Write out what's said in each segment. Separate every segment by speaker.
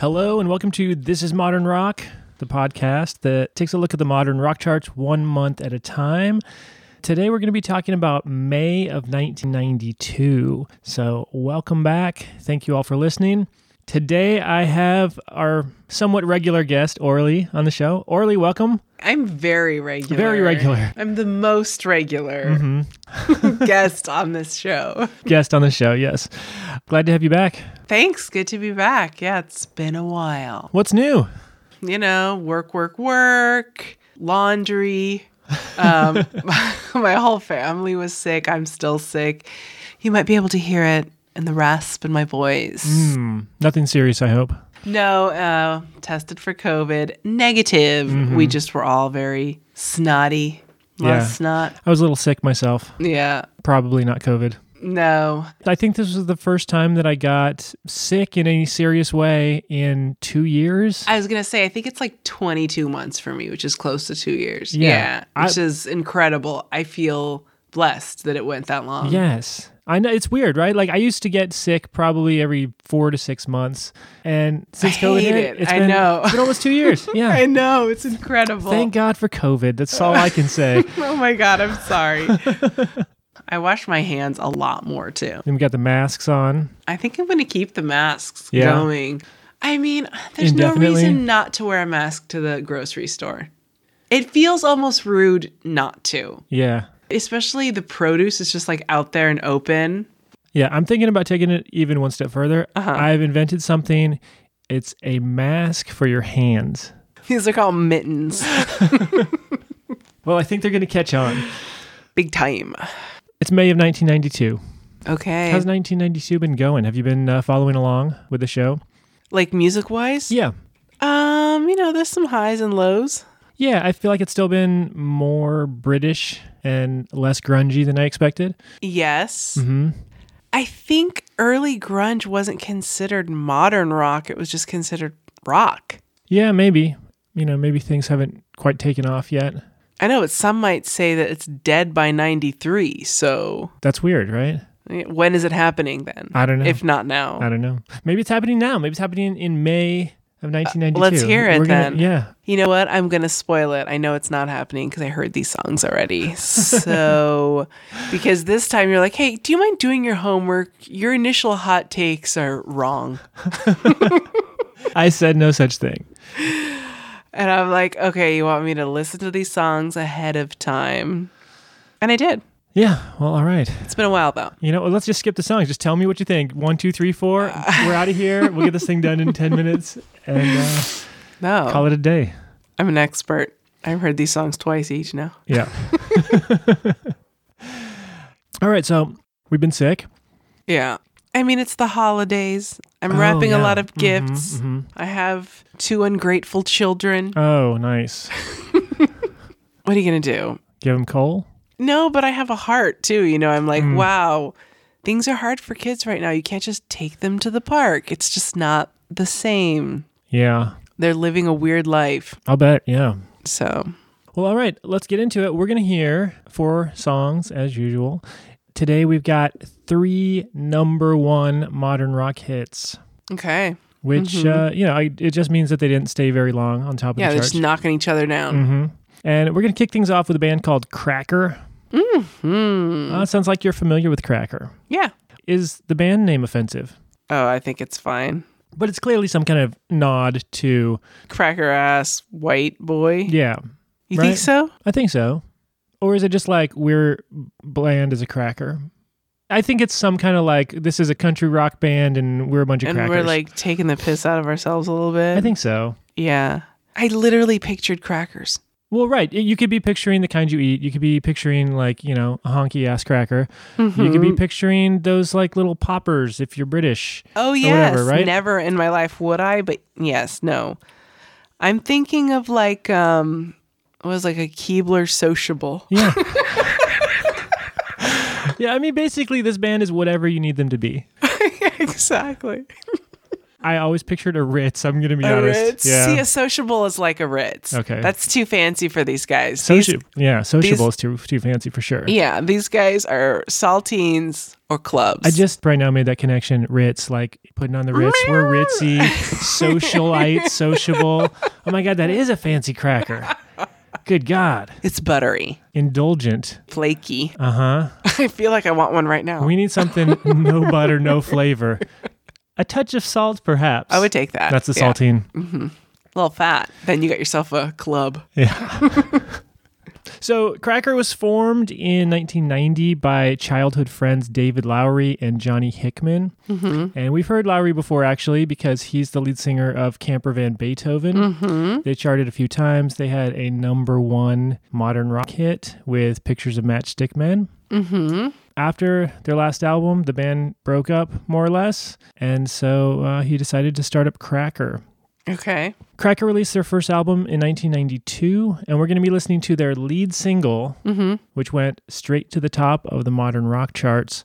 Speaker 1: Hello, and welcome to This is Modern Rock, the podcast that takes a look at the modern rock charts one month at a time. Today, we're going to be talking about May of 1992. So, welcome back. Thank you all for listening. Today, I have our somewhat regular guest, Orly, on the show. Orly, welcome.
Speaker 2: I'm very regular.
Speaker 1: Very regular. Mm-hmm.
Speaker 2: I'm the most regular guest on this show.
Speaker 1: Guest on the show, yes. Glad to have you back.
Speaker 2: Thanks. Good to be back. Yeah, it's been a while.
Speaker 1: What's new?
Speaker 2: You know, work, work, work, laundry. Um, my whole family was sick. I'm still sick. You might be able to hear it in the rasp in my voice.
Speaker 1: Hmm, nothing serious, I hope.
Speaker 2: No, uh, tested for COVID, negative. We just were all very snotty.
Speaker 1: Mm-hmm. Yeah.
Speaker 2: Last snot.
Speaker 1: I was a little sick myself,
Speaker 2: Yeah.
Speaker 1: probably not COVID.
Speaker 2: No.
Speaker 1: I think this was the first time that I got sick in any serious way in two years.
Speaker 2: I was gonna say, I think it's like 22 months for me, which is close to two years.
Speaker 1: Yeah.
Speaker 2: Yeah,
Speaker 1: I-
Speaker 2: which is incredible. I feel blessed that it went that long.
Speaker 1: yes. I know it's weird, right? Like I used to get sick probably every four to six months, and since COVID
Speaker 2: hate
Speaker 1: hit,
Speaker 2: it.
Speaker 1: it's
Speaker 2: I
Speaker 1: been,
Speaker 2: know.
Speaker 1: it's been almost two years.
Speaker 2: I
Speaker 1: Yeah,
Speaker 2: know it's incredible.
Speaker 1: thank God for COVID. That's all I can say.
Speaker 2: oh my god, I'm sorry. I wash my hands a lot more too.
Speaker 1: then we got the masks on.
Speaker 2: I think I'm gonna keep the masks
Speaker 1: Yeah.
Speaker 2: going. I mean, there's no
Speaker 1: Indefinitely?
Speaker 2: reason not to wear a mask to the grocery store. It feels almost rude not to,
Speaker 1: Yeah,
Speaker 2: especially the produce is just like out there and open.
Speaker 1: yeah. I'm thinking about taking it even one step further.
Speaker 2: Uh-huh.
Speaker 1: I've invented something. It's a mask for your hands.
Speaker 2: These are called mittens.
Speaker 1: Well, I think they're going to catch on.
Speaker 2: Big time.
Speaker 1: It's May of 1992.
Speaker 2: Okay.
Speaker 1: How's 1992 been going? Have you been uh, following along with the show?
Speaker 2: like music wise?
Speaker 1: Yeah.
Speaker 2: Um, you know, there's some highs and lows.
Speaker 1: Yeah, I feel like it's still been more British and less grungy than I expected.
Speaker 2: Yes.
Speaker 1: hmm
Speaker 2: I think early grunge wasn't considered modern rock, it was just considered rock.
Speaker 1: Yeah, maybe. You know, maybe things haven't quite taken off yet.
Speaker 2: I know, but some might say that it's dead by 93. So
Speaker 1: That's weird, right?
Speaker 2: eh, when is it happening then?
Speaker 1: I don't know.
Speaker 2: If not now.
Speaker 1: I don't know. Maybe it's happening now. Maybe it's happening in, in May of 1992.
Speaker 2: let's hear it
Speaker 1: We're gonna-
Speaker 2: then.
Speaker 1: Yeah.
Speaker 2: You know what? I'm going to spoil it. I know it's not happening because I heard these songs already. So, because this time you're like, hey, do you mind doing your homework? Your initial hot takes are wrong.
Speaker 1: I said no such thing.
Speaker 2: And I'm like, okay, you want me to listen to these songs ahead of time? And I did.
Speaker 1: Yeah. Well, all right.
Speaker 2: It's been a while though.
Speaker 1: You know, well, let's just skip the songs. Just tell me what you think. One, two, three, four. We're out of here. We'll get this thing done in 10 minutes and uh,
Speaker 2: No,
Speaker 1: call it a day.
Speaker 2: I'm an expert. I've heard these songs twice each now.
Speaker 1: Yeah. All right. So we've been sick.
Speaker 2: Yeah. I mean, it's the holidays. I'm
Speaker 1: Oh,
Speaker 2: wrapping
Speaker 1: yeah.
Speaker 2: a lot of
Speaker 1: Mhm,
Speaker 2: gifts.
Speaker 1: mhm.
Speaker 2: I have two ungrateful children.
Speaker 1: Oh, nice.
Speaker 2: What are you going to do?
Speaker 1: Give him coal.
Speaker 2: No, but I have a heart too. You know, I'm like,
Speaker 1: Mm.
Speaker 2: wow, things are hard for kids right now. You can't just take them to the park, it's just not the same.
Speaker 1: Yeah.
Speaker 2: They're living a weird life.
Speaker 1: I'll bet. Yeah.
Speaker 2: So,
Speaker 1: Well, all right. Let's get into it. We're going to hear four songs as usual. Today we've got three number one modern rock hits,
Speaker 2: okay.
Speaker 1: which, uh, you know, I, it just means that they didn't stay very long on top of
Speaker 2: Mm-hmm. Yeah,
Speaker 1: the
Speaker 2: they're
Speaker 1: charts.
Speaker 2: just knocking each other down.
Speaker 1: hmm And we're going to kick things off with a band called Cracker.
Speaker 2: Hmm.
Speaker 1: Uh, sounds like you're familiar with Cracker.
Speaker 2: Yeah.
Speaker 1: Is the band name offensive?
Speaker 2: Oh, I think it's fine.
Speaker 1: but it's clearly some kind of nod to
Speaker 2: Cracker ass white boy.
Speaker 1: yeah
Speaker 2: You
Speaker 1: right.
Speaker 2: think so?
Speaker 1: i think so or is it just like we're bland as a cracker i think it's some kind of like this is a country rock band and we're a bunch of
Speaker 2: And
Speaker 1: crackers
Speaker 2: we're like taking the piss out of ourselves a little bit.
Speaker 1: i think so
Speaker 2: Yeah. I literally pictured crackers.
Speaker 1: well right you could be picturing the kind you eat you could be picturing like you know a honky ass cracker you
Speaker 2: Mm-hmm.
Speaker 1: could be picturing those like little poppers if you're british
Speaker 2: Oh yes,
Speaker 1: whatever, right?
Speaker 2: never in my life would I, but yes, no. I'm thinking of like um what was like a Keebler sociable.
Speaker 1: yeah yeah i mean basically this band is whatever you need them to be
Speaker 2: exactly.
Speaker 1: I always pictured a Ritz. I'm gonna be
Speaker 2: A
Speaker 1: honest.
Speaker 2: Ritz.
Speaker 1: Yeah.
Speaker 2: See, a sociable is like a Ritz.
Speaker 1: Okay.
Speaker 2: That's too fancy for these guys. These-
Speaker 1: Soci- yeah, sociable is too too fancy for sure.
Speaker 2: yeah, these guys are saltines or clubs.
Speaker 1: I just right now made that connection. Ritz, like putting on the Ritz. We're ritzy, socialite, sociable. Oh my God, that is a fancy cracker. Good God.
Speaker 2: it's buttery,
Speaker 1: Indulgent.
Speaker 2: flaky.
Speaker 1: Uh huh.
Speaker 2: I feel like I want one right now.
Speaker 1: We need something no butter, no flavor. A touch of salt, perhaps.
Speaker 2: I would take that.
Speaker 1: That's the
Speaker 2: Yeah.
Speaker 1: saltine.
Speaker 2: A little fat. Then you got yourself a club.
Speaker 1: So, Cracker was formed in 1990 by childhood friends David Lowry and Johnny Hickman. Mm-hmm. And we've heard Lowry before, actually, because he's the lead singer of Camper Van Beethoven. They charted a few times. They had a number one modern rock hit with Pictures of Matchstick Men. Mm-hmm. After their last album, the band broke up, more or less. And so uh, he decided to start up Cracker.
Speaker 2: Okay.
Speaker 1: Cracker released their first album in 1992, and we're going to be listening to their lead single,
Speaker 2: Mm-hmm.
Speaker 1: which went straight to the top of the modern rock charts.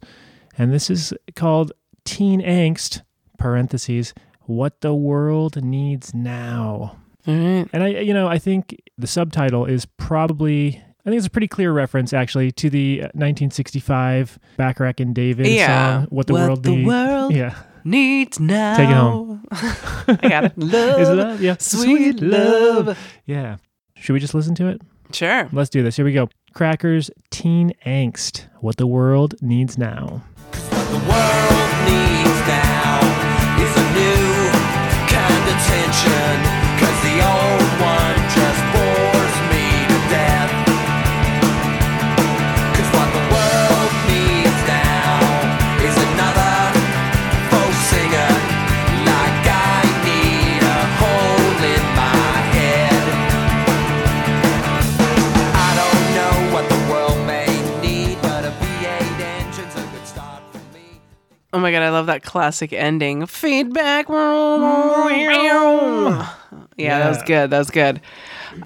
Speaker 1: And this is called Teen Angst, parentheses, What the World Needs Now.
Speaker 2: All right.
Speaker 1: And I, you know, I think the subtitle is probably. I think it's a pretty clear reference, actually, to the 1965 Backrack and David
Speaker 2: Yeah.
Speaker 1: song, uh, "What the
Speaker 2: What
Speaker 1: World
Speaker 2: the
Speaker 1: Needs."
Speaker 2: world-
Speaker 1: Yeah,
Speaker 2: Needs now.
Speaker 1: Take it home.
Speaker 2: I got it. Love.
Speaker 1: is love, yeah,
Speaker 2: Sweet love.
Speaker 1: yeah. Should we just listen to it?
Speaker 2: Sure.
Speaker 1: Let's do this. Here we go. Crackers, teen angst, what the world needs now.
Speaker 3: The world needs now is a new kind of tension. Cause the old one just bores me to death. Cause what the world needs now is another folk singer. Like I need a hole in my head. I don't know what the world may need, but a V8 engine's a good start for me.
Speaker 2: Oh my god, I love that classic ending. Feedback. Yeah,
Speaker 1: Yeah.
Speaker 2: that was good. That was good.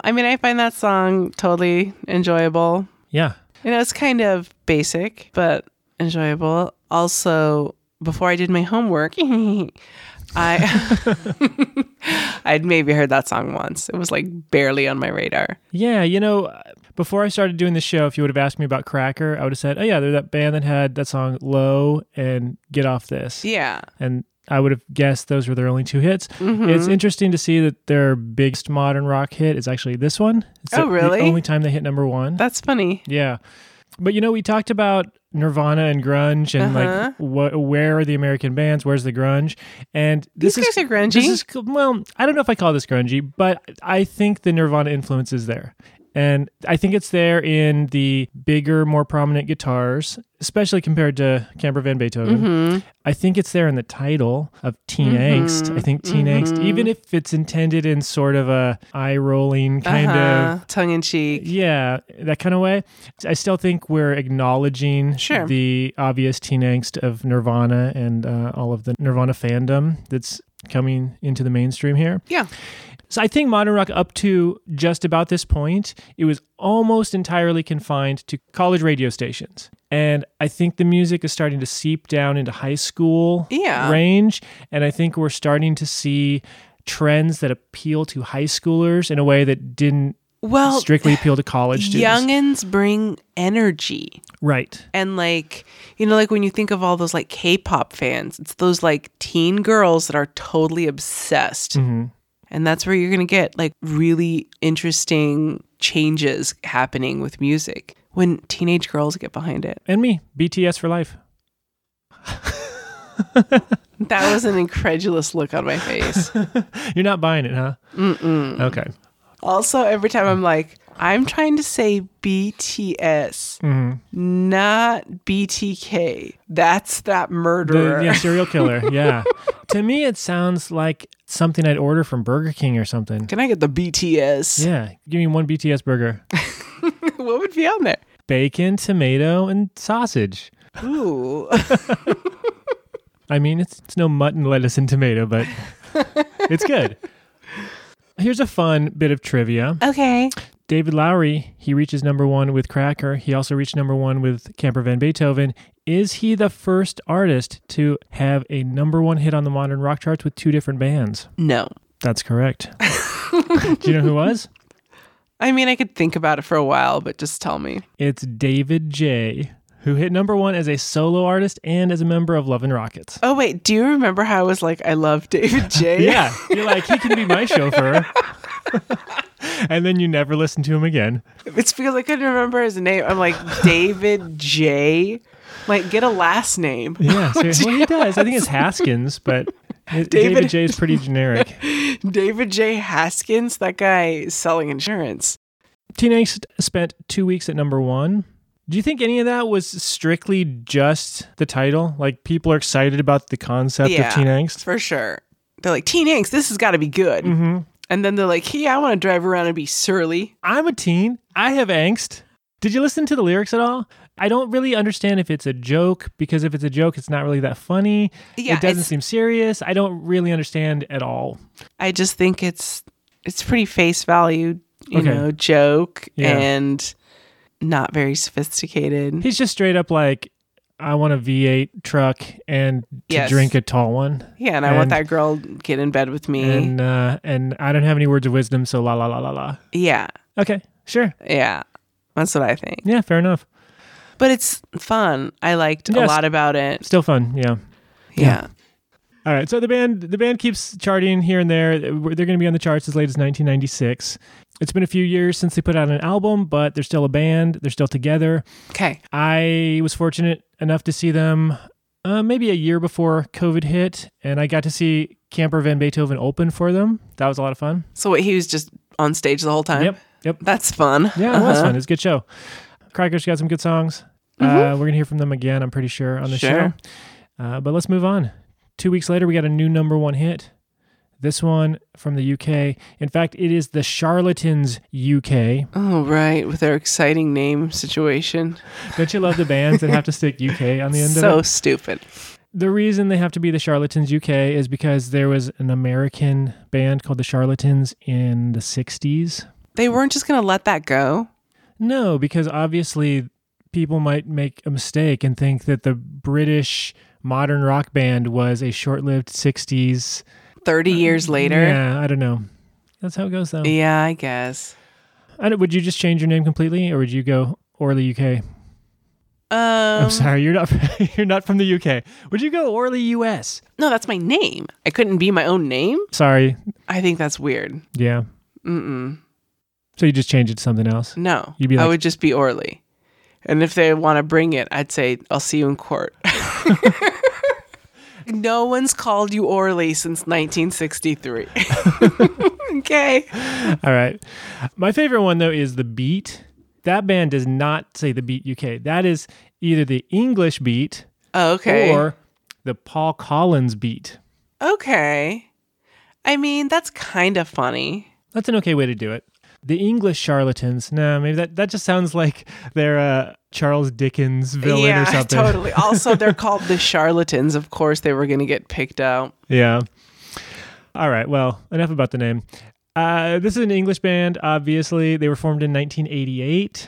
Speaker 2: I mean, I find that song totally enjoyable.
Speaker 1: Yeah.
Speaker 2: You know, it's kind of basic, but enjoyable. Also, before I did my homework, I I'd maybe heard that song once. It was like barely on my radar.
Speaker 1: Yeah, you know, uh, before I started doing this show, if you would have asked me about Cracker, I would have said, oh, yeah, they're that band that had that song Low and Get Off This.
Speaker 2: Yeah.
Speaker 1: And I would have guessed those were their only two hits. It's
Speaker 2: Mm-hmm.
Speaker 1: interesting to see that their biggest modern rock hit is actually this one. It's
Speaker 2: Oh,
Speaker 1: the-
Speaker 2: really?
Speaker 1: The only time they hit number one.
Speaker 2: That's funny.
Speaker 1: Yeah. But you know, we talked about Nirvana and grunge and
Speaker 2: Uh-huh.
Speaker 1: like wh- where are the American bands? Where's the grunge? And this
Speaker 2: These
Speaker 1: is
Speaker 2: guys are grungy.
Speaker 1: This is well, I don't know if I call this grungy, but I think the Nirvana influence is there. And I think it's there in the bigger, more prominent guitars, especially compared to Camper Van Beethoven. I think it's there in the title of Teen Angst. I think Teen Angst, even if it's intended in sort of a eye rolling kind of
Speaker 2: Uh-huh. tongue in cheek.
Speaker 1: yeah, that kind of way. I still think we're acknowledging
Speaker 2: Sure.
Speaker 1: the obvious teen angst of Nirvana and uh, all of the Nirvana fandom that's coming into the mainstream here.
Speaker 2: Yeah.
Speaker 1: So I think modern rock up to just about this point, it was almost entirely confined to college radio stations. And I think the music is starting to seep down into high school
Speaker 2: Yeah.
Speaker 1: range. And I think we're starting to see trends that appeal to high schoolers in a way that didn't
Speaker 2: Well,
Speaker 1: strictly appeal to college students.
Speaker 2: youngins bring energy.
Speaker 1: right.
Speaker 2: And like, you know, like when you think of all those like K-pop fans, it's those like teen girls that are totally obsessed.
Speaker 1: Mm-hmm.
Speaker 2: And that's where you're going to get like really interesting changes happening with music when teenage girls get behind it.
Speaker 1: And me, BTS for life.
Speaker 2: That was an incredulous look on my face.
Speaker 1: You're not buying it, huh? Mm-mm. Okay.
Speaker 2: Also, every time I'm like, I'm trying to say BTS,
Speaker 1: Mm-hmm.
Speaker 2: not BTK. That's that
Speaker 1: The,
Speaker 2: murderer.
Speaker 1: yeah, serial killer. Yeah. to me, it sounds like something I'd order from Burger King or something.
Speaker 2: Can I get the BTS?
Speaker 1: Yeah. Give me one BTS burger.
Speaker 2: what would be on there?
Speaker 1: Bacon, tomato, and sausage.
Speaker 2: Ooh.
Speaker 1: I mean, it's, it's no mutton, lettuce, and tomato, but it's good. Here's a fun bit of trivia.
Speaker 2: okay.
Speaker 1: David Lowry, he reaches number one with Cracker. He also reached number one with Camper Van Beethoven Is he the first artist to have a number one hit on the modern rock charts with two different bands?
Speaker 2: No.
Speaker 1: That's correct. Do you know who was?
Speaker 2: I mean, I could think about it for a while, but just tell me.
Speaker 1: It's David J., who hit number one as a solo artist and as a member of Love and Rockets.
Speaker 2: Oh, wait. Do you remember how I was like, I love David J?
Speaker 1: Yeah, you're like, he can be my chauffeur. and then you never listen to him again.
Speaker 2: It's because I couldn't remember his name. I'm like, David J? Like, get a last name.
Speaker 1: Yeah, seriously. Well, he does. I think it's Haskins, but David, David
Speaker 2: David-
Speaker 1: J is pretty generic.
Speaker 2: David J. Haskins? That guy is selling insurance.
Speaker 1: Teen Angst spent two weeks at number one. Do you think any of that was strictly just the title? Like people are excited about the concept
Speaker 2: Yeah.
Speaker 1: of Teen Angst? Mm-hmm.
Speaker 2: For sure. They're like, Teen Angst, this has got to be good. And then they're like, yeah, I want to drive around and be surly.
Speaker 1: I'm a teen. I have angst. Did you listen to the lyrics at all? I don't really understand if it's a joke because if it's a joke, it's not really that funny.
Speaker 2: Yeah,
Speaker 1: it doesn't
Speaker 2: it's-
Speaker 1: seem serious. I don't really understand at all.
Speaker 2: I just think it's it's pretty face value, you
Speaker 1: Okay.
Speaker 2: know, joke
Speaker 1: Yeah.
Speaker 2: and not very sophisticated.
Speaker 1: He's just straight up like, I want a V8 truck and to
Speaker 2: Yes.
Speaker 1: drink a tall one.
Speaker 2: Yeah, and I want
Speaker 1: And-
Speaker 2: that girl to get in bed with me.
Speaker 1: And uh, and I don't have any words of wisdom, so la la la la la.
Speaker 2: yeah,
Speaker 1: Okay, sure.
Speaker 2: yeah. That's what I think.
Speaker 1: Yeah, fair enough.
Speaker 2: But it's fun. I liked a
Speaker 1: Yes.
Speaker 2: lot about it.
Speaker 1: Still fun. Yeah.
Speaker 2: Yeah.
Speaker 1: All right. So the band the band keeps charting here and there. They're going to be on the charts as late as 1996. It's been a few years since they put out an album, but they're still a band. They're still together.
Speaker 2: Okay.
Speaker 1: I was fortunate enough to see them uh, maybe a year before COVID hit, and I got to see Camper Van Beethoven open for them. That was a lot of fun.
Speaker 2: So what he was just on stage the whole time.
Speaker 1: Yep. Yep.
Speaker 2: That's fun. Uh-huh.
Speaker 1: Yeah, it was fun. It was a good show. Cracker's got some good songs. Uh, we're gonna hear from them again. I'm pretty sure on the
Speaker 2: Mm-hmm. Sure.
Speaker 1: show. Uh, but let's move on. Two weeks later, we got a new number one hit. This one from the UK. In fact, it is the Charlatans UK.
Speaker 2: Oh right, with their exciting name situation.
Speaker 1: Don't you love the bands that have to stick UK on the end of
Speaker 2: So
Speaker 1: it?
Speaker 2: stupid.
Speaker 1: The reason they have to be the Charlatans UK is because there was an American band called the Charlatans in the 60s.
Speaker 2: They weren't just gonna let that go.
Speaker 1: No, because obviously people might make a mistake and think that the British modern rock band was a short-lived 60s.
Speaker 2: Thirty years later.
Speaker 1: Mm, Yeah, I don't know. That's how it goes though.
Speaker 2: Yeah, I guess.
Speaker 1: I don't, would you just change your name completely or would you go Orly UK?
Speaker 2: Um,
Speaker 1: I'm sorry, you're not you're not from the UK. Would you go Orly US?
Speaker 2: No, that's my name. I couldn't be my own name.
Speaker 1: Sorry.
Speaker 2: I think that's weird.
Speaker 1: Yeah.
Speaker 2: Mm-mm.
Speaker 1: So you just change it to something else.
Speaker 2: No,
Speaker 1: You'd be
Speaker 2: I
Speaker 1: like-
Speaker 2: would just be Orly. And if they want to bring it, I'd say I'll see you in court. no one's called you Orly since 1963. okay.
Speaker 1: All right. My favorite one though is the beat. That band does not say the beat UK. That is either the English beat
Speaker 2: Oh, okay.
Speaker 1: or the Paul Collins beat.
Speaker 2: okay. I mean, that's kind of funny.
Speaker 1: That's an okay way to do it. The English charlatans. No, maybe that, that just sounds like they're a Charles Dickens villain
Speaker 2: yeah,
Speaker 1: or something.
Speaker 2: totally. Also, they're called the charlatans. Of course, they were going to get picked out.
Speaker 1: Yeah. All right. Well, enough about the name. Uh, this is an English band, obviously. They were formed in 1988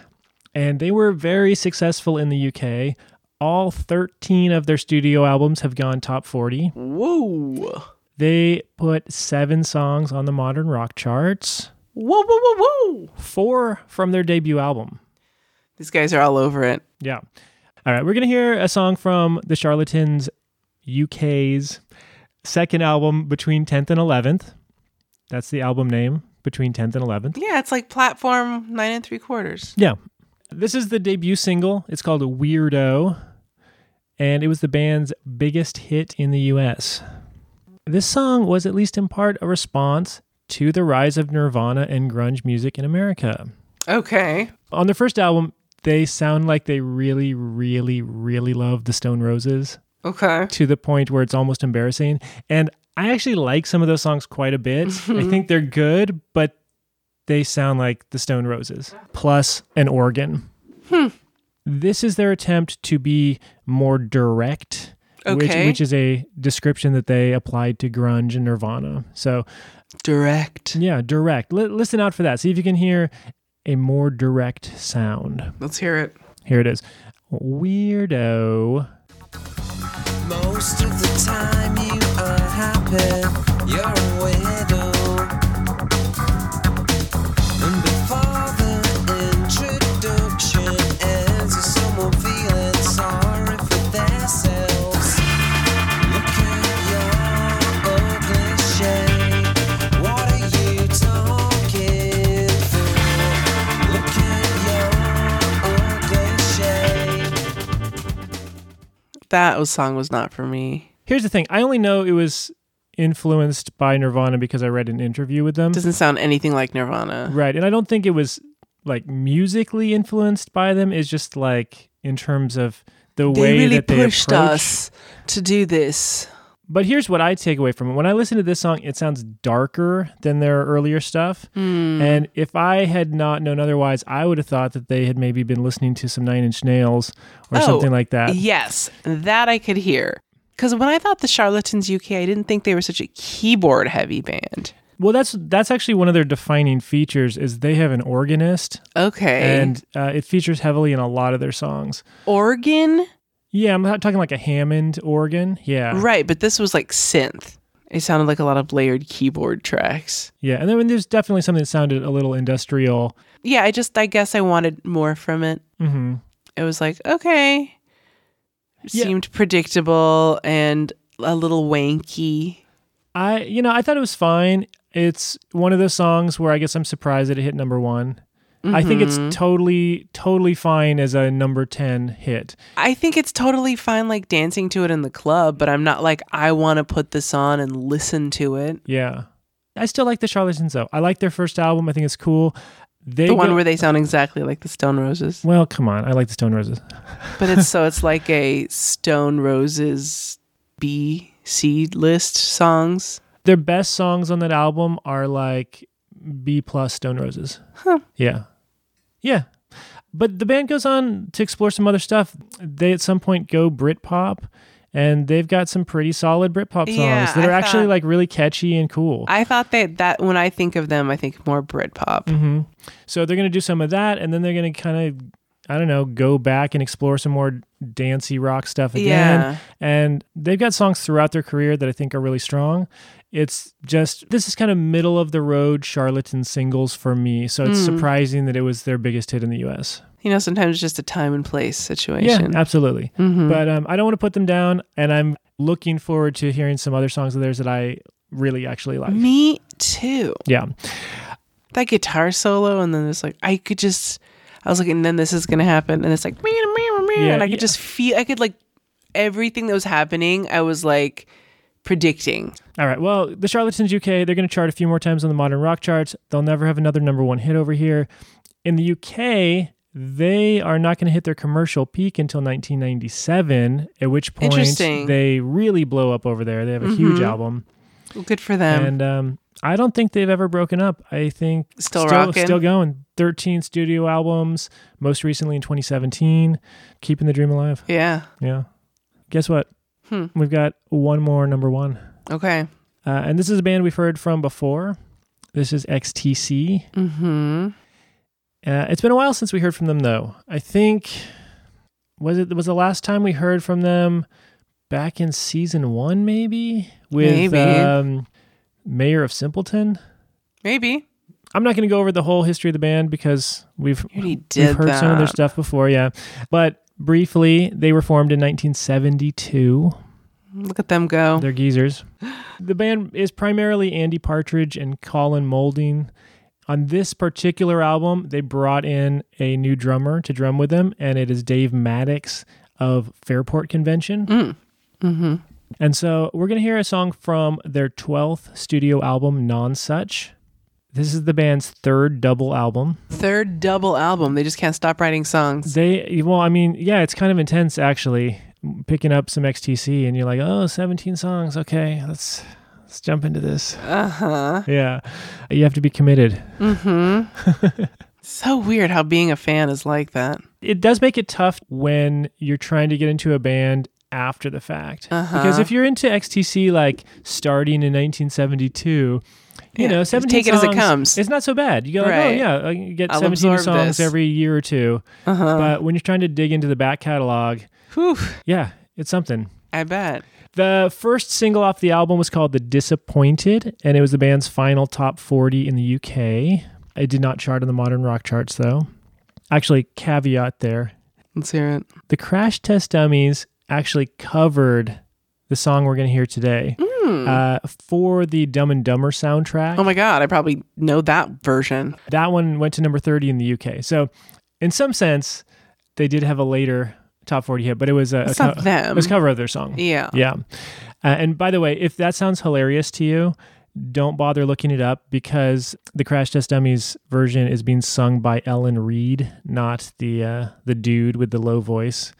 Speaker 1: and they were very successful in the UK. All 13 of their studio albums have gone top 40.
Speaker 2: Whoa.
Speaker 1: They put seven songs on the modern rock charts.
Speaker 2: Whoa, whoa, whoa, whoa.
Speaker 1: four from their debut album.
Speaker 2: These guys are all over it.
Speaker 1: Yeah. All right, we're going to hear a song from the Charlatans UK's second album, Between 10th and 11th. That's the album name, Between 10th and 11th.
Speaker 2: Yeah, it's like platform nine and three quarters.
Speaker 1: Yeah. This is the debut single. It's called Weirdo, and it was the band's biggest hit in the US. This song was, at least in part, a response to the rise of Nirvana and grunge music in America.
Speaker 2: Okay.
Speaker 1: on their first album, they sound like they really, really, really love the Stone Roses
Speaker 2: Okay.
Speaker 1: to the point where it's almost embarrassing. And I actually like some of those songs quite a bit.
Speaker 2: Mm-hmm.
Speaker 1: I think they're good, but they sound like the Stone Roses plus an organ.
Speaker 2: Hmm.
Speaker 1: This is their attempt to be more direct, which,
Speaker 2: Okay.
Speaker 1: which is a description that they applied to grunge and Nirvana. So
Speaker 2: Direct.
Speaker 1: yeah, direct. Li- listen out for that. See if you can hear a more direct sound.
Speaker 2: Let's hear it.
Speaker 1: Here it is. Weirdo.
Speaker 3: Most of the time you are happy, you're a widow. And before the introduction ends, is someone feeling sorry for themselves? Look at your ugly shape. What are you talking for? Look at your ugly shape.
Speaker 2: That was, song was not for me.
Speaker 1: Here's the thing I only know it was influenced by Nirvana because I read an interview with them.
Speaker 2: Doesn't sound anything like Nirvana.
Speaker 1: Right. And I don't think it was like musically influenced by them. It's just like in terms of the
Speaker 2: They
Speaker 1: way
Speaker 2: really
Speaker 1: that they
Speaker 2: pushed
Speaker 1: approach-
Speaker 2: us to do this.
Speaker 1: But here's what I take away from it. When I listen to this song, it sounds darker than their earlier stuff.
Speaker 2: Hmm.
Speaker 1: And if I had not known otherwise, I would have thought that they had maybe been listening to some Nine Inch Nails or
Speaker 2: Oh,
Speaker 1: something like that.
Speaker 2: Yes, that I could hear. Because when I thought the Charlatans UK, I didn't think they were such a keyboard heavy band.
Speaker 1: Well, that's that's actually one of their defining features is they have an organist,
Speaker 2: Okay.
Speaker 1: and uh, it features heavily in a lot of their songs.
Speaker 2: organ?
Speaker 1: Yeah, I'm not talking like a Hammond organ. Yeah,
Speaker 2: Right, but this was like synth. It sounded like a lot of layered keyboard tracks.
Speaker 1: yeah. And then there's definitely something that sounded a little industrial.
Speaker 2: Yeah, I just, I guess I wanted more from it.
Speaker 1: hmm
Speaker 2: It was like, okay. It
Speaker 1: Yeah.
Speaker 2: Seemed predictable and a little wanky.
Speaker 1: I, you know, I thought it was fine. It's one of those songs where I guess I'm surprised that it hit number one. I think
Speaker 2: Mm-hmm.
Speaker 1: it's totally, totally fine as a number 10 hit.
Speaker 2: I think it's totally fine, like dancing to it in the club, but I'm not like, I want to put this on and listen to it.
Speaker 1: Yeah. I still like the Charlatans, though. I like their first album. I think it's cool. They
Speaker 2: The one
Speaker 1: go-
Speaker 2: where they sound exactly like the Stone Roses.
Speaker 1: Well, come on. I like the Stone Roses.
Speaker 2: But it's so it's like a Stone Roses B C list songs.
Speaker 1: Their best songs on that album are like B plus Stone Roses.
Speaker 2: Huh.
Speaker 1: Yeah. Yeah. But the band goes on to explore some other stuff. They at some point go Britpop and they've got some pretty solid Britpop songs
Speaker 2: Yeah,
Speaker 1: that
Speaker 2: I
Speaker 1: are actually
Speaker 2: thought-
Speaker 1: like really catchy and cool.
Speaker 2: I thought that that when I think of them, I think more Britpop.
Speaker 1: Mm-hmm. so they're going to do some of that and then they're going to kind of I don't know, go back and explore some more dancey rock stuff again.
Speaker 2: Yeah.
Speaker 1: And they've got songs throughout their career that I think are really strong. It's just this is kind of middle of the road charlatan singles for me. So it's surprising that it was their biggest hit in the US.
Speaker 2: You know, sometimes it's just a time and place
Speaker 1: Yeah,
Speaker 2: situation.
Speaker 1: absolutely. But um, I don't want to put them down, and I'm looking forward to hearing some other songs of theirs that I really actually like.
Speaker 2: Me too.
Speaker 1: Yeah,
Speaker 2: That guitar solo, and then it's like I could just. I was like, and then this is gonna happen, and it's like, meow, meow, meow,
Speaker 1: Yeah,
Speaker 2: and I could
Speaker 1: yeah.
Speaker 2: just feel. I could like everything that was happening. I was like predicting.
Speaker 1: All right. Well, the Charlatans UK, they're going to chart a few more times on the modern rock charts. They'll never have another number one hit over here. In the UK, they are not going to hit their commercial peak until 1997, at which point
Speaker 2: Interesting. Mm-hmm.
Speaker 1: they really blow up over there. They have a huge album.
Speaker 2: Well, good for them.
Speaker 1: and um, I don't think they've ever broken up. I think
Speaker 2: Still
Speaker 1: still,
Speaker 2: rocking.
Speaker 1: still going. 13 studio albums, most recently in 2017, keeping the dream alive.
Speaker 2: yeah. Hmm.
Speaker 1: Yeah. Guess what? We've got one more number one.
Speaker 2: Okay.
Speaker 1: Uh, and this is a band we've heard from before. This is XTC.
Speaker 2: Hmm.
Speaker 1: Uh, it's been a while since we heard from them, though. I think was it was the last time we heard from them back in season one, maybe with
Speaker 2: Maybe.
Speaker 1: Um, Mayor of Simpleton.
Speaker 2: Maybe.
Speaker 1: I'm not going to go over the whole history of the band because we've
Speaker 2: You already
Speaker 1: we've
Speaker 2: did
Speaker 1: heard
Speaker 2: that.
Speaker 1: some of their stuff before, yeah. But briefly, they were formed in 1972.
Speaker 2: Look at them go.
Speaker 1: They're geezers. The band is primarily Andy Partridge and Colin Molding. On this particular album, they brought in a new drummer to drum with them, and it is Dave Maddox of Fairport Convention. Mm-hmm. And so we're going to hear a song from their 12th studio album, Non Such. This is the band's third double album.
Speaker 2: Third double album. They just can't stop writing songs.
Speaker 1: They, well, I mean, yeah, it's kind of intense actually picking up some XTC and you're like, oh, 17 songs. Okay, let's let's jump into this.
Speaker 2: Uh huh.
Speaker 1: Yeah. You have to be committed.
Speaker 2: So weird how being a fan is like that.
Speaker 1: It does make it tough when you're trying to get into a band after the fact.
Speaker 2: Uh-huh.
Speaker 1: Because if you're into XTC like starting in 1972, you
Speaker 2: Yeah,
Speaker 1: know,
Speaker 2: just
Speaker 1: 17
Speaker 2: take it as it
Speaker 1: songs,
Speaker 2: comes.
Speaker 1: It's not so bad. You go like, oh
Speaker 2: Right.
Speaker 1: yeah, I can get
Speaker 2: I'll
Speaker 1: 17
Speaker 2: absorb
Speaker 1: songs
Speaker 2: this. Uh-huh.
Speaker 1: every year or 2 But when you're trying to dig into the back catalog,
Speaker 2: Whew.
Speaker 1: yeah, it's something.
Speaker 2: I bet.
Speaker 1: The first single off the album was called The Disappointed, and it was the band's final top 40 in the UK. It did not chart on the modern rock charts, though. Actually, caveat there
Speaker 2: Let's hear it.
Speaker 1: the Crash Test Dummies actually covered the song we're going to hear today uh, for the Dumb and Dumber soundtrack.
Speaker 2: Hmm. Oh my God, I probably know that version.
Speaker 1: That one went to number 30 in the UK. So, in some sense, they did have a later top 40 hit, but it was a, a
Speaker 2: It's not
Speaker 1: co-
Speaker 2: them.
Speaker 1: it was a cover of their song.
Speaker 2: Yeah.
Speaker 1: Yeah. Uh, and by the way, if that sounds hilarious to you, don't bother looking it up because the Crash Test Dummies version is being sung by Ellen Reed, not the uh, the dude with the low voice.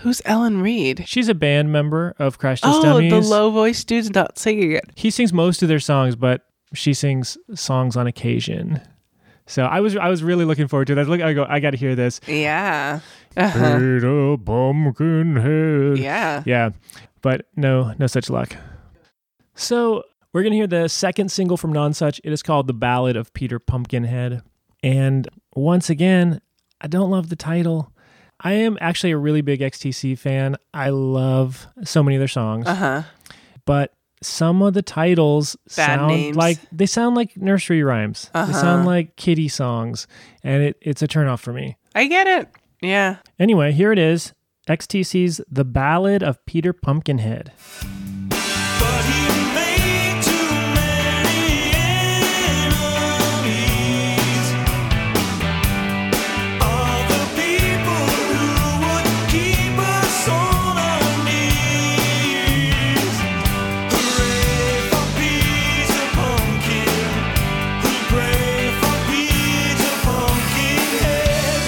Speaker 2: Who's Ellen Reed?
Speaker 1: She's a band member of Crash Test
Speaker 2: oh,
Speaker 1: Dummies.
Speaker 2: the low voice dude's not singing it.
Speaker 1: he sings most of their songs, but she sings songs on occasion. So I was I was really looking forward to that. Look, I go, I got to hear this.
Speaker 2: Yeah. Uh-huh.
Speaker 1: Peter Pumpkinhead.
Speaker 2: Yeah.
Speaker 1: Yeah, but no, no such luck. So we're gonna hear the second single from Nonsuch. It is called "The Ballad of Peter Pumpkinhead," and once again, I don't love the title. I am actually a really big XTC fan. I love so many of their songs,
Speaker 2: Uh huh.
Speaker 1: but some of the titles
Speaker 2: Bad
Speaker 1: sound
Speaker 2: names. Uh-huh.
Speaker 1: like they sound like nursery rhymes. They sound like kiddie songs, and it, it's a turnoff for me.
Speaker 2: I get it. Yeah.
Speaker 1: Anyway, here it is. XTC's The Ballad of Peter Pumpkinhead.
Speaker 4: But he made too many enemies. All the people who would keep us on our knees. Hooray for Peter Pumpkin! We pray for Peter Pumpkinhead.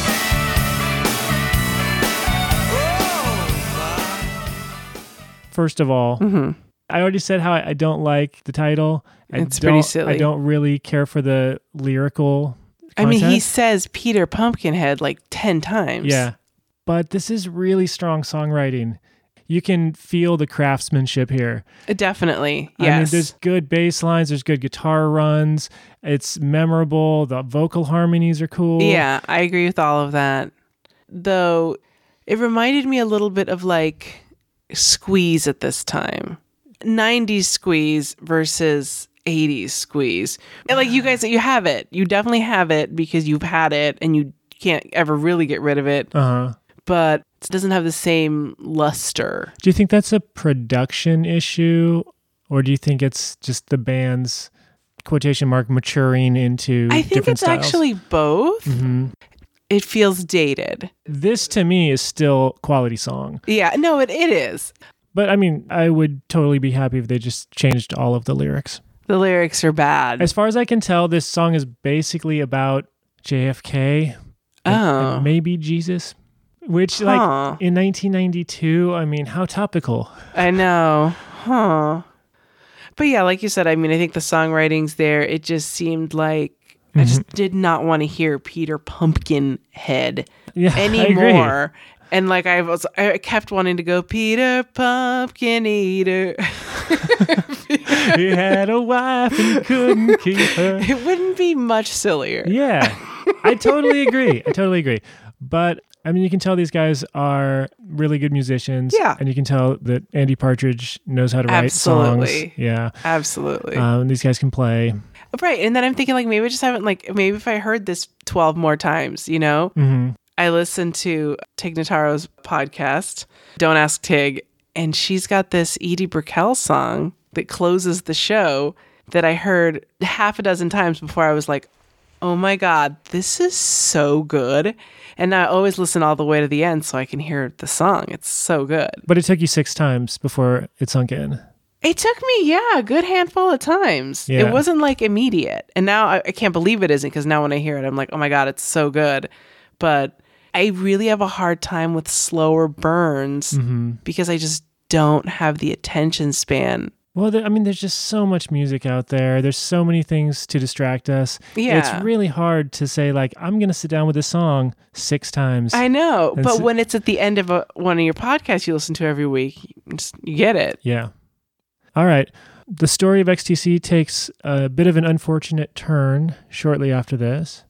Speaker 4: Oh my.
Speaker 1: First of all,
Speaker 2: Mm-hmm.
Speaker 1: I already said how I I don't like the title. I
Speaker 2: It's
Speaker 1: don't-
Speaker 2: pretty silly.
Speaker 1: I don't really care for the lyrical.
Speaker 2: I mean,
Speaker 1: content.
Speaker 2: he says Peter Pumpkinhead like 10 times.
Speaker 1: yeah, but this is really strong songwriting. You can feel the craftsmanship here.
Speaker 2: Uh, Definitely.
Speaker 1: I mean,
Speaker 2: Yes.
Speaker 1: there's good bass lines. There's good guitar runs. It's memorable. The vocal harmonies are cool.
Speaker 2: yeah, I agree with all of that. Though it reminded me a little bit of like Squeeze at this time 90s Squeeze versus 80s Squeeze. And like you guys, you have it. You definitely have it because you've had it and you can't ever really get rid of it,
Speaker 1: Uh huh.
Speaker 2: but it doesn't have the same luster.
Speaker 1: Do you think that's a production issue, or do you think it's just the band's quotation mark maturing into
Speaker 2: I think
Speaker 1: Mm, different
Speaker 2: it's
Speaker 1: styles? Mm-hmm.
Speaker 2: actually both. It feels dated.
Speaker 1: this to me is still quality song
Speaker 2: Yeah, no, it, it is.
Speaker 1: but i mean i would totally be happy if they just changed all of the lyrics
Speaker 2: The lyrics are bad.
Speaker 1: as far as i can tell this song is basically about jfk and-
Speaker 2: Oh.
Speaker 1: and maybe jesus which like
Speaker 2: Huh.
Speaker 1: in 1992 i mean how topical
Speaker 2: I know. Huh. But yeah, like you said, I mean, I think the songwriting's there. It just seemed like I just
Speaker 1: Mm-hmm.
Speaker 2: did not want to hear Peter Pumpkinhead
Speaker 1: yeah I agree.
Speaker 2: anymore. And like I was, I kept wanting to go Peter Pumpkin Eater.
Speaker 1: he had a wife and he couldn't keep her
Speaker 2: It wouldn't be much sillier.
Speaker 1: Yeah, I totally agree. I totally agree. But I mean, you can tell these guys are really good musicians.
Speaker 2: Yeah.
Speaker 1: and you can tell that Andy Partridge knows how to write songs.
Speaker 2: Absolutely.
Speaker 1: Yeah,
Speaker 2: Absolutely.
Speaker 1: um, these guys can play.
Speaker 2: Right. And then I'm thinking, like, maybe I just haven't, like, maybe if I heard this 12 more times, you know?
Speaker 1: Mhm.
Speaker 2: I listened to Tig Notaro's podcast, Don't Ask Tig, and she's got this Edie Brickell song that closes the show that I heard half a dozen times before I was like, oh my God, this is so good. And I always listen all the way to the end so I can hear the song. It's so good.
Speaker 1: But it took you six times before it sunk in.
Speaker 2: It took me, yeah, a good handful of times.
Speaker 1: Yeah.
Speaker 2: It wasn't like immediate. And now I, I can't believe it isn't because now when I hear it, I'm like, oh my God, it's so good. But I really have a hard time with slower burns
Speaker 1: Mm-hmm.
Speaker 2: because I just don't have the attention span.
Speaker 1: Well, there, I mean, there's just so much music out there. There's so many things to distract us.
Speaker 2: Yeah.
Speaker 1: It's really hard to say, like, I'm going to sit down with a song six times.
Speaker 2: I know.
Speaker 1: And
Speaker 2: but
Speaker 1: so-
Speaker 2: when it's at the end of a, one of your podcasts you listen to every week, you, just, you get it.
Speaker 1: Yeah. All right. The story of XTC takes a bit of an unfortunate turn shortly after this.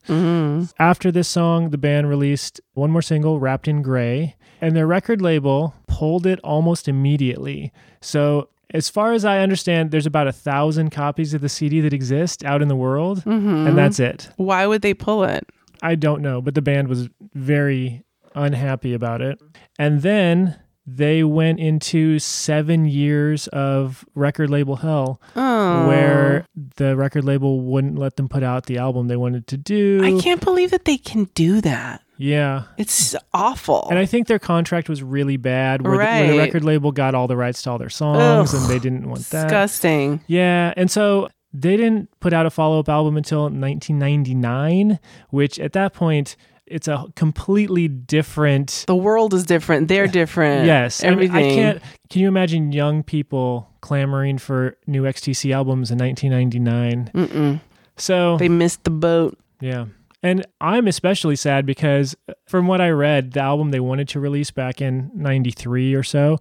Speaker 1: After this song, the band released one more single, Wrapped in Gray, and their record label sold it almost immediately. So, as far as I understand, there's about a thousand copies of the CD that exist out in the world, and that's it.
Speaker 2: Why would they pull it?
Speaker 1: I don't know, but the band was very unhappy about it. And then they went into seven years of record label hell
Speaker 2: Oh,
Speaker 1: where the record label wouldn't let them put out the album they wanted to do.
Speaker 2: I can't believe that they can do that.
Speaker 1: Yeah.
Speaker 2: It's awful.
Speaker 1: And I think their contract was really bad where, the, where the
Speaker 2: Right.
Speaker 1: record label got all the rights to all their songs and they didn't want that.
Speaker 2: Disgusting.
Speaker 1: Yeah, and so they didn't put out a follow up album until 1999, which at that point it's a completely different.
Speaker 2: The world is different. They're different.
Speaker 1: Yes, I mean,
Speaker 2: everything.
Speaker 1: I, can't. Can you imagine young people clamoring for new XTC albums in 1999?
Speaker 2: Mm-mm.
Speaker 1: So
Speaker 2: They missed the boat.
Speaker 1: yeah. And I'm especially sad because, uh, from what I read, the album they wanted to release back in 93 or so,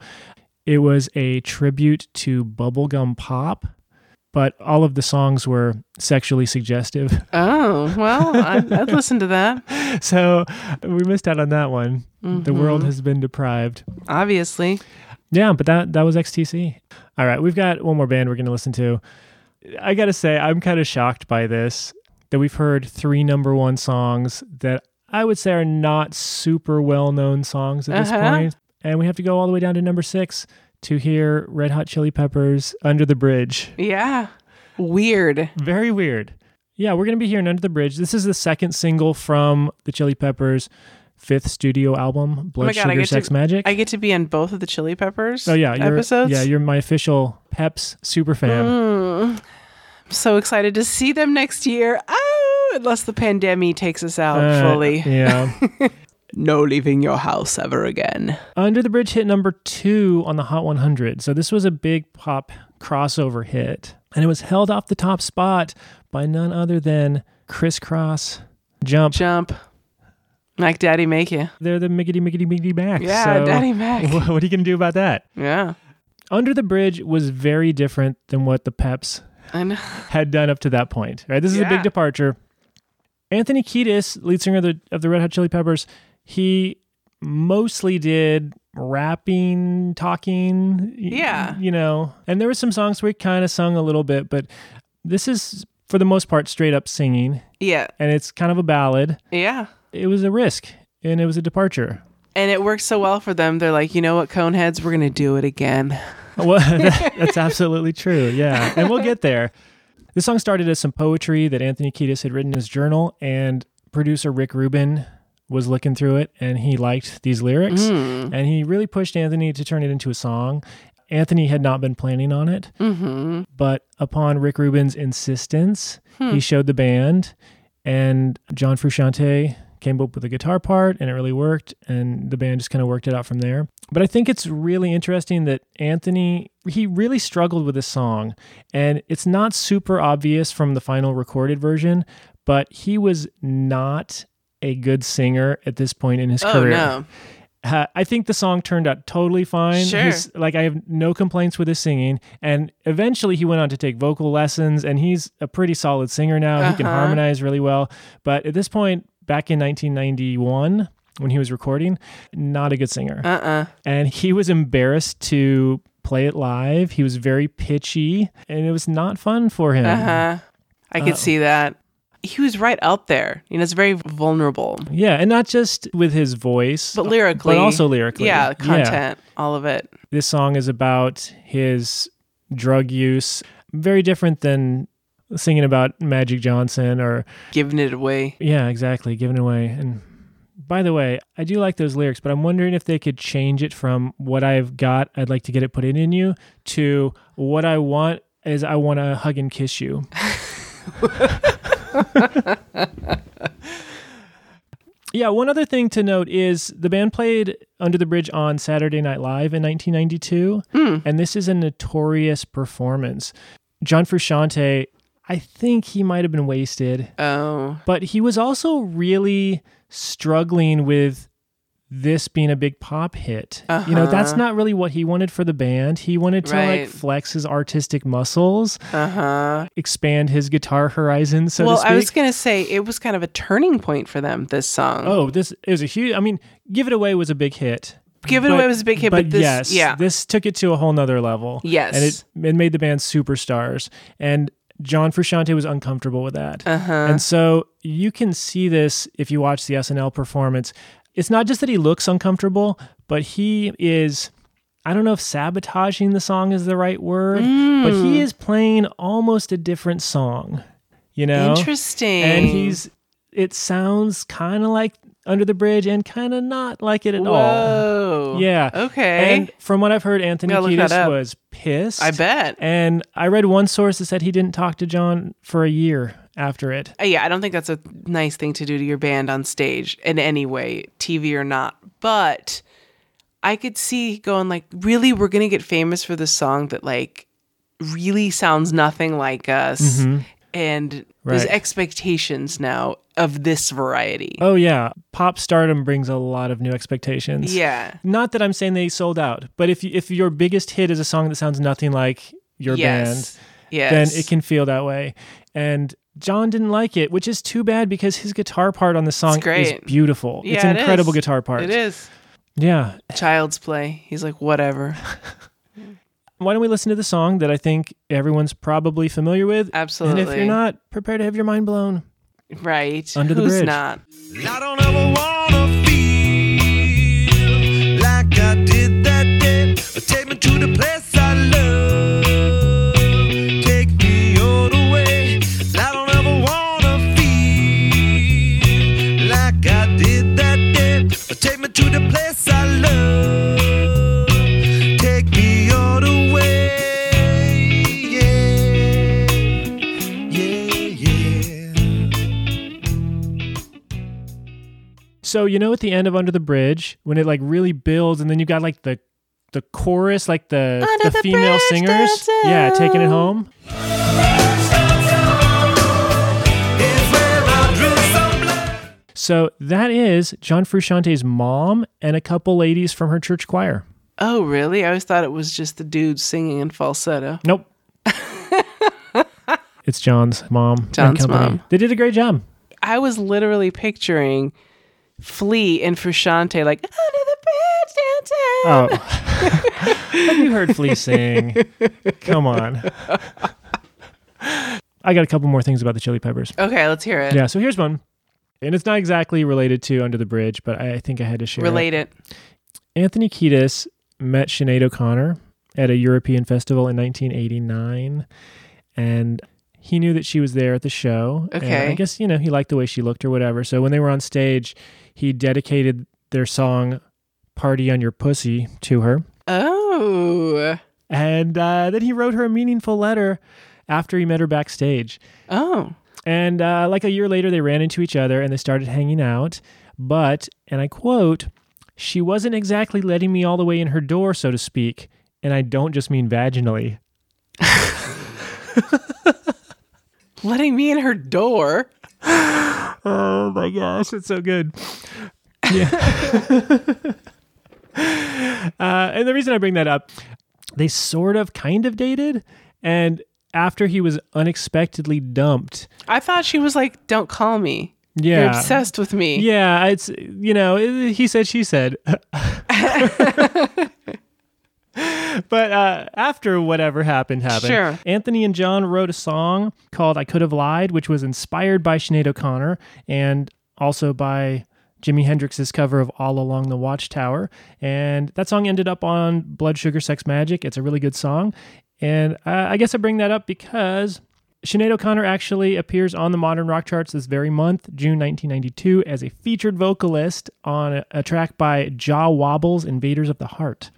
Speaker 1: it was a tribute to bubblegum pop, but all of the songs were sexually suggestive.
Speaker 2: Oh well, I, I'd listen to that.
Speaker 1: so we missed out on that one. The
Speaker 2: Mm-hmm.
Speaker 1: world has been deprived.
Speaker 2: Obviously,
Speaker 1: Yeah, but that, that was XTC. All right, we've got one more band we're going to listen to. I got to say, I'm kind of shocked by this that we've heard three number one songs that I would say are not super well known songs at this
Speaker 2: Uh-huh.
Speaker 1: point. And we have to go all the way down to number six to hear Red Hot Chili Peppers Under the Bridge.
Speaker 2: yeah. Weird.
Speaker 1: Very weird. Yeah, we're going to be hearing Under the Bridge. This is the second single from the Chili Peppers' fifth studio album, Blood
Speaker 2: Oh my God, I
Speaker 1: Sugar
Speaker 2: get to-
Speaker 1: Sex Magic.
Speaker 2: I get to be on both of the Chili Peppers.
Speaker 1: Oh yeah, you're,
Speaker 2: episodes. Mm,
Speaker 1: Yeah, you're my official Peps super fan.
Speaker 2: I'm so excited to see them next year. Oh, unless the pandemic takes us out
Speaker 1: Uh,
Speaker 2: fully.
Speaker 1: yeah.
Speaker 2: No leaving your house ever again.
Speaker 1: Under the Bridge hit number two on the Hot 100. So this was a big pop crossover hit, and it was held off the top spot by none other than Crisscross Jump.
Speaker 2: Jump. Mac Daddy make you.
Speaker 1: They're the miggity miggity miggity back.
Speaker 2: Yeah,
Speaker 1: so
Speaker 2: Daddy Mac.
Speaker 1: What are you gonna do about that?
Speaker 2: Yeah.
Speaker 1: Under the Bridge was very different than what the Peps
Speaker 2: I know.
Speaker 1: had done up to that point. Right, this is a big
Speaker 2: Yeah.
Speaker 1: departure. Anthony Kiedis, lead singer of the, of the Red Hot Chili Peppers, he mostly did rapping, talking. y-
Speaker 2: Yeah.
Speaker 1: you know, and there were some songs where he kind of sung a little bit, but this is for the most part straight up singing,
Speaker 2: Yeah.
Speaker 1: and it's kind of a ballad.
Speaker 2: Yeah.
Speaker 1: It was a risk, and it was a departure.
Speaker 2: And it works so well for them. They're like, you know what, Coneheads, we're going to do it again.
Speaker 1: well, that- that's absolutely true. Yeah. And we'll get there. This song started as some poetry that Anthony Kiedis had written in his journal, and producer Rick Rubin was looking through it and he liked these lyrics.
Speaker 2: Mm-hmm.
Speaker 1: And he really pushed Anthony to turn it into a song. Anthony had not been planning on it,
Speaker 2: Mm-hmm.
Speaker 1: but upon Rick Rubin's insistence,
Speaker 2: Hmm.
Speaker 1: he showed the band, and John Frusciante came up with a guitar part, and it really worked. And the band just kind of worked it out from there. But I think it's really interesting that Anthony he really struggled with this song, and it's not super obvious from the final recorded version, but he was not a good singer at this point in his
Speaker 2: Oh,
Speaker 1: career.
Speaker 2: no.
Speaker 1: Uh, I think the song turned out totally fine.
Speaker 2: Sure.
Speaker 1: His- like I have no complaints with his singing, and eventually he went on to take vocal lessons, and he's a pretty solid singer now. He can
Speaker 2: Uh-huh.
Speaker 1: harmonize really well, but at this point, back in 1991 when he was recording, not a good singer,
Speaker 2: Uh uh
Speaker 1: and he was embarrassed to play it live. He was very pitchy, and it was not fun for him.
Speaker 2: Uh huh. I
Speaker 1: Oh.
Speaker 2: could see that. He was right out there. You know, it's very vulnerable,
Speaker 1: Yeah, and not just with his voice,
Speaker 2: but lyrically.
Speaker 1: but also lyrically.
Speaker 2: Yeah, content, all of it.
Speaker 1: this song is about his drug use very different than singing about magic johnson or
Speaker 2: Giving it away.
Speaker 1: yeah exactly giving away and by the way i do like those lyrics but i'm wondering if they could change it from what i've got i'd like to get it put in in you to what i want is i want to hug and kiss you Yeah, one other thing to note is the band played Under the Bridge on Saturday Night Live in 1992, and this is a notorious performance. John Frusciante, I think he might have been wasted,
Speaker 2: Oh,
Speaker 1: but he was also really struggling with this being a big pop hit. You know, that's not really what he wanted for the band. He wanted to like
Speaker 2: Uh-huh. Right.
Speaker 1: flex his artistic muscles,
Speaker 2: uh huh.
Speaker 1: expand his guitar horizon, so to
Speaker 2: well,
Speaker 1: speak.
Speaker 2: I was going to say it was kind of a turning point for them, this song.
Speaker 1: Oh, this is a huge. I mean, "Give It Away" was a big hit.
Speaker 2: Given Away was a big hit, but, this,
Speaker 1: yes,
Speaker 2: yeah,
Speaker 1: this took it to a whole nother level.
Speaker 2: Yes.
Speaker 1: and it it made the band superstars. And John Frusciante was uncomfortable with that, uh-huh. and so you can see this if you watch the SNL performance. It's not just that he looks uncomfortable, but he is. I don't know if sabotaging the song is the right word, but
Speaker 2: Hmm.
Speaker 1: he is playing almost a different song. You know,
Speaker 2: interesting.
Speaker 1: and he's it sounds kind of like under the bridge and kind of not like it at all
Speaker 2: whoa,
Speaker 1: oh, yeah
Speaker 2: okay.
Speaker 1: and from what i've heard anthony
Speaker 2: Gotta look that
Speaker 1: Kiedis
Speaker 2: up.
Speaker 1: was pissed
Speaker 2: I bet.
Speaker 1: and i read one source that said he didn't talk to john for a year after it
Speaker 2: Uh, yeah, I don't think that's a nice thing to do to your band on stage in any way, TV or not. But I could see going like, really, we're gonna get famous for this song that like really sounds nothing like us, and there's
Speaker 1: Mm-hmm. Right.
Speaker 2: expectations now of this variety.
Speaker 1: oh yeah pop stardom brings a lot of new expectations
Speaker 2: yeah,
Speaker 1: not that i'm saying they sold out but if, you, if your biggest hit is a song that sounds nothing like your band
Speaker 2: yes, yes,
Speaker 1: then it can feel that way. And John didn't like it, which is too bad because his guitar part on the song is
Speaker 2: great.
Speaker 1: beautiful. it's
Speaker 2: Yeah,
Speaker 1: an
Speaker 2: it
Speaker 1: incredible
Speaker 2: is.
Speaker 1: guitar part.
Speaker 2: It is
Speaker 1: Yeah.
Speaker 2: child's play. He's like, whatever.
Speaker 1: Why don't we listen to the song that I think everyone's probably familiar with?
Speaker 2: Absolutely.
Speaker 1: And if you're not, prepare to have your mind blown.
Speaker 2: right?
Speaker 1: Under the
Speaker 2: Who's
Speaker 1: bridge.
Speaker 2: not?
Speaker 4: I don't ever wanna feel like I did that day. But take me to the place I love. Take me all the way. I don't ever wanna feel like I did that day. But take me to the place I love. Take me all the way. Yeah, yeah, yeah.
Speaker 1: So you know at the end of Under the Bridge, when it like really builds and then you got like the the chorus, like the, the,
Speaker 2: the
Speaker 1: female
Speaker 2: bridge
Speaker 1: singers.
Speaker 2: that's
Speaker 1: Yeah, taking it
Speaker 2: out.
Speaker 1: home.
Speaker 4: It's where I drew some blood.
Speaker 1: So that is John Frusciante's mom and a couple ladies from her church choir.
Speaker 2: Oh, really? I always thought it was just the dude singing in falsetto.
Speaker 1: Nope. it's John's mom. and
Speaker 2: John's
Speaker 1: company.
Speaker 2: mom.
Speaker 1: They did a great job.
Speaker 2: I was literally picturing Flea and Frusciante like under the bridge downtown.
Speaker 1: Oh. Have you heard Flea sing? Come on. I got a couple more things about the Chili Peppers.
Speaker 2: Okay, let's hear it.
Speaker 1: Yeah, so here's one. And it's not exactly related to Under the Bridge, but I I think I had to share. it.
Speaker 2: Relate it.
Speaker 1: Anthony Kiedis met Sinead O'Connor at a European festival in 1989, and he knew that she was there at the show. and
Speaker 2: Okay.
Speaker 1: I guess you know he liked the way she looked or whatever. So when they were on stage, he dedicated their song "Party on Your Pussy" to her,
Speaker 2: Oh.
Speaker 1: and uh, then he wrote her a meaningful letter after he met her backstage.
Speaker 2: Oh.
Speaker 1: And uh, like a year later, they ran into each other and they started hanging out. But, and I quote, she wasn't exactly letting me all the way in her door, so to speak. And I don't just mean vaginally.
Speaker 2: Letting me in her door.
Speaker 1: Oh my gosh, it's so good. Yeah. uh, and the reason I bring that up, they sort of kind of dated. And after he was unexpectedly dumped,
Speaker 2: I thought she was like, don't call me.
Speaker 1: yeah.
Speaker 2: You're obsessed with me.
Speaker 1: Yeah, it's you know, it- he said she said. but uh, after whatever happened happened,
Speaker 2: Sure.
Speaker 1: Anthony and John wrote a song called "I Could Have Lied," which was inspired by Sinead O'Connor and also by Jimi Hendrix's cover of "All Along the Watchtower." And that song ended up on Blood Sugar Sex Magic. It's a really good song, and uh, I guess I bring that up because. Sinead O'Connor actually appears on the modern rock charts this very month, June 1992, as a featured vocalist on a, a track by Jaw Wobbles, Invaders of the Heart.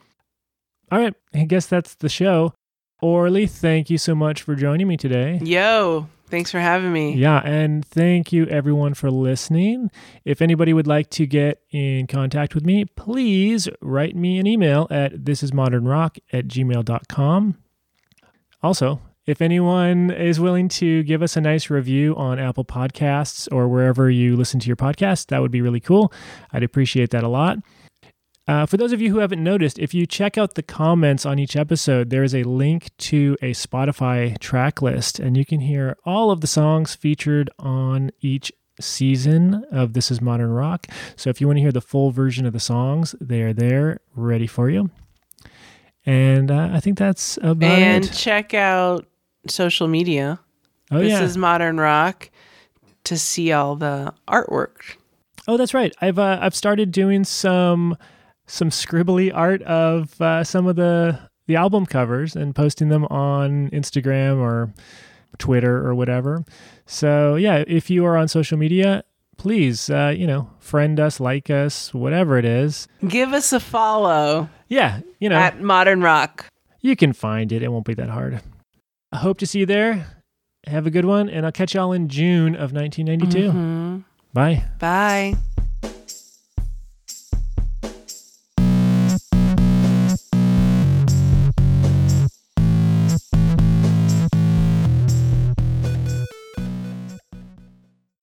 Speaker 1: All right, I guess that's the show. Orly, thank you so much for joining me today.
Speaker 2: Yo, thanks for having me.
Speaker 1: Yeah, and thank you everyone for listening. If anybody would like to get in contact with me, please write me an email at thisismodernrock at gmail.com. Also, if anyone is willing to give us a nice review on Apple Podcasts or wherever you listen to your podcast, that would be really cool. I'd appreciate that a lot. Uh, for those of you who haven't noticed, if you check out the comments on each episode, there is a link to a Spotify track list, and you can hear all of the songs featured on each season of This Is Modern Rock. So if you want to hear the full version of the songs, they are there ready for you. And uh, I think that's about
Speaker 2: and
Speaker 1: it.
Speaker 2: check out social media.
Speaker 1: Oh,
Speaker 2: this
Speaker 1: yeah.
Speaker 2: is Modern Rock to see all the artwork.
Speaker 1: Oh, that's right. I've uh, I've started doing some some scribbly art of uh, some of the the album covers and posting them on Instagram or Twitter or whatever. So yeah, if you are on social media, please uh, you know friend us, like us, whatever it is.
Speaker 2: Give us a follow
Speaker 1: Yeah, you know
Speaker 2: at Modern Rock.
Speaker 1: you can find it. It won't be that hard. I hope to see you there.
Speaker 2: Mm-hmm.
Speaker 1: Have a good one, and I'll catch y'all in June of 1992. Bye.
Speaker 2: Bye.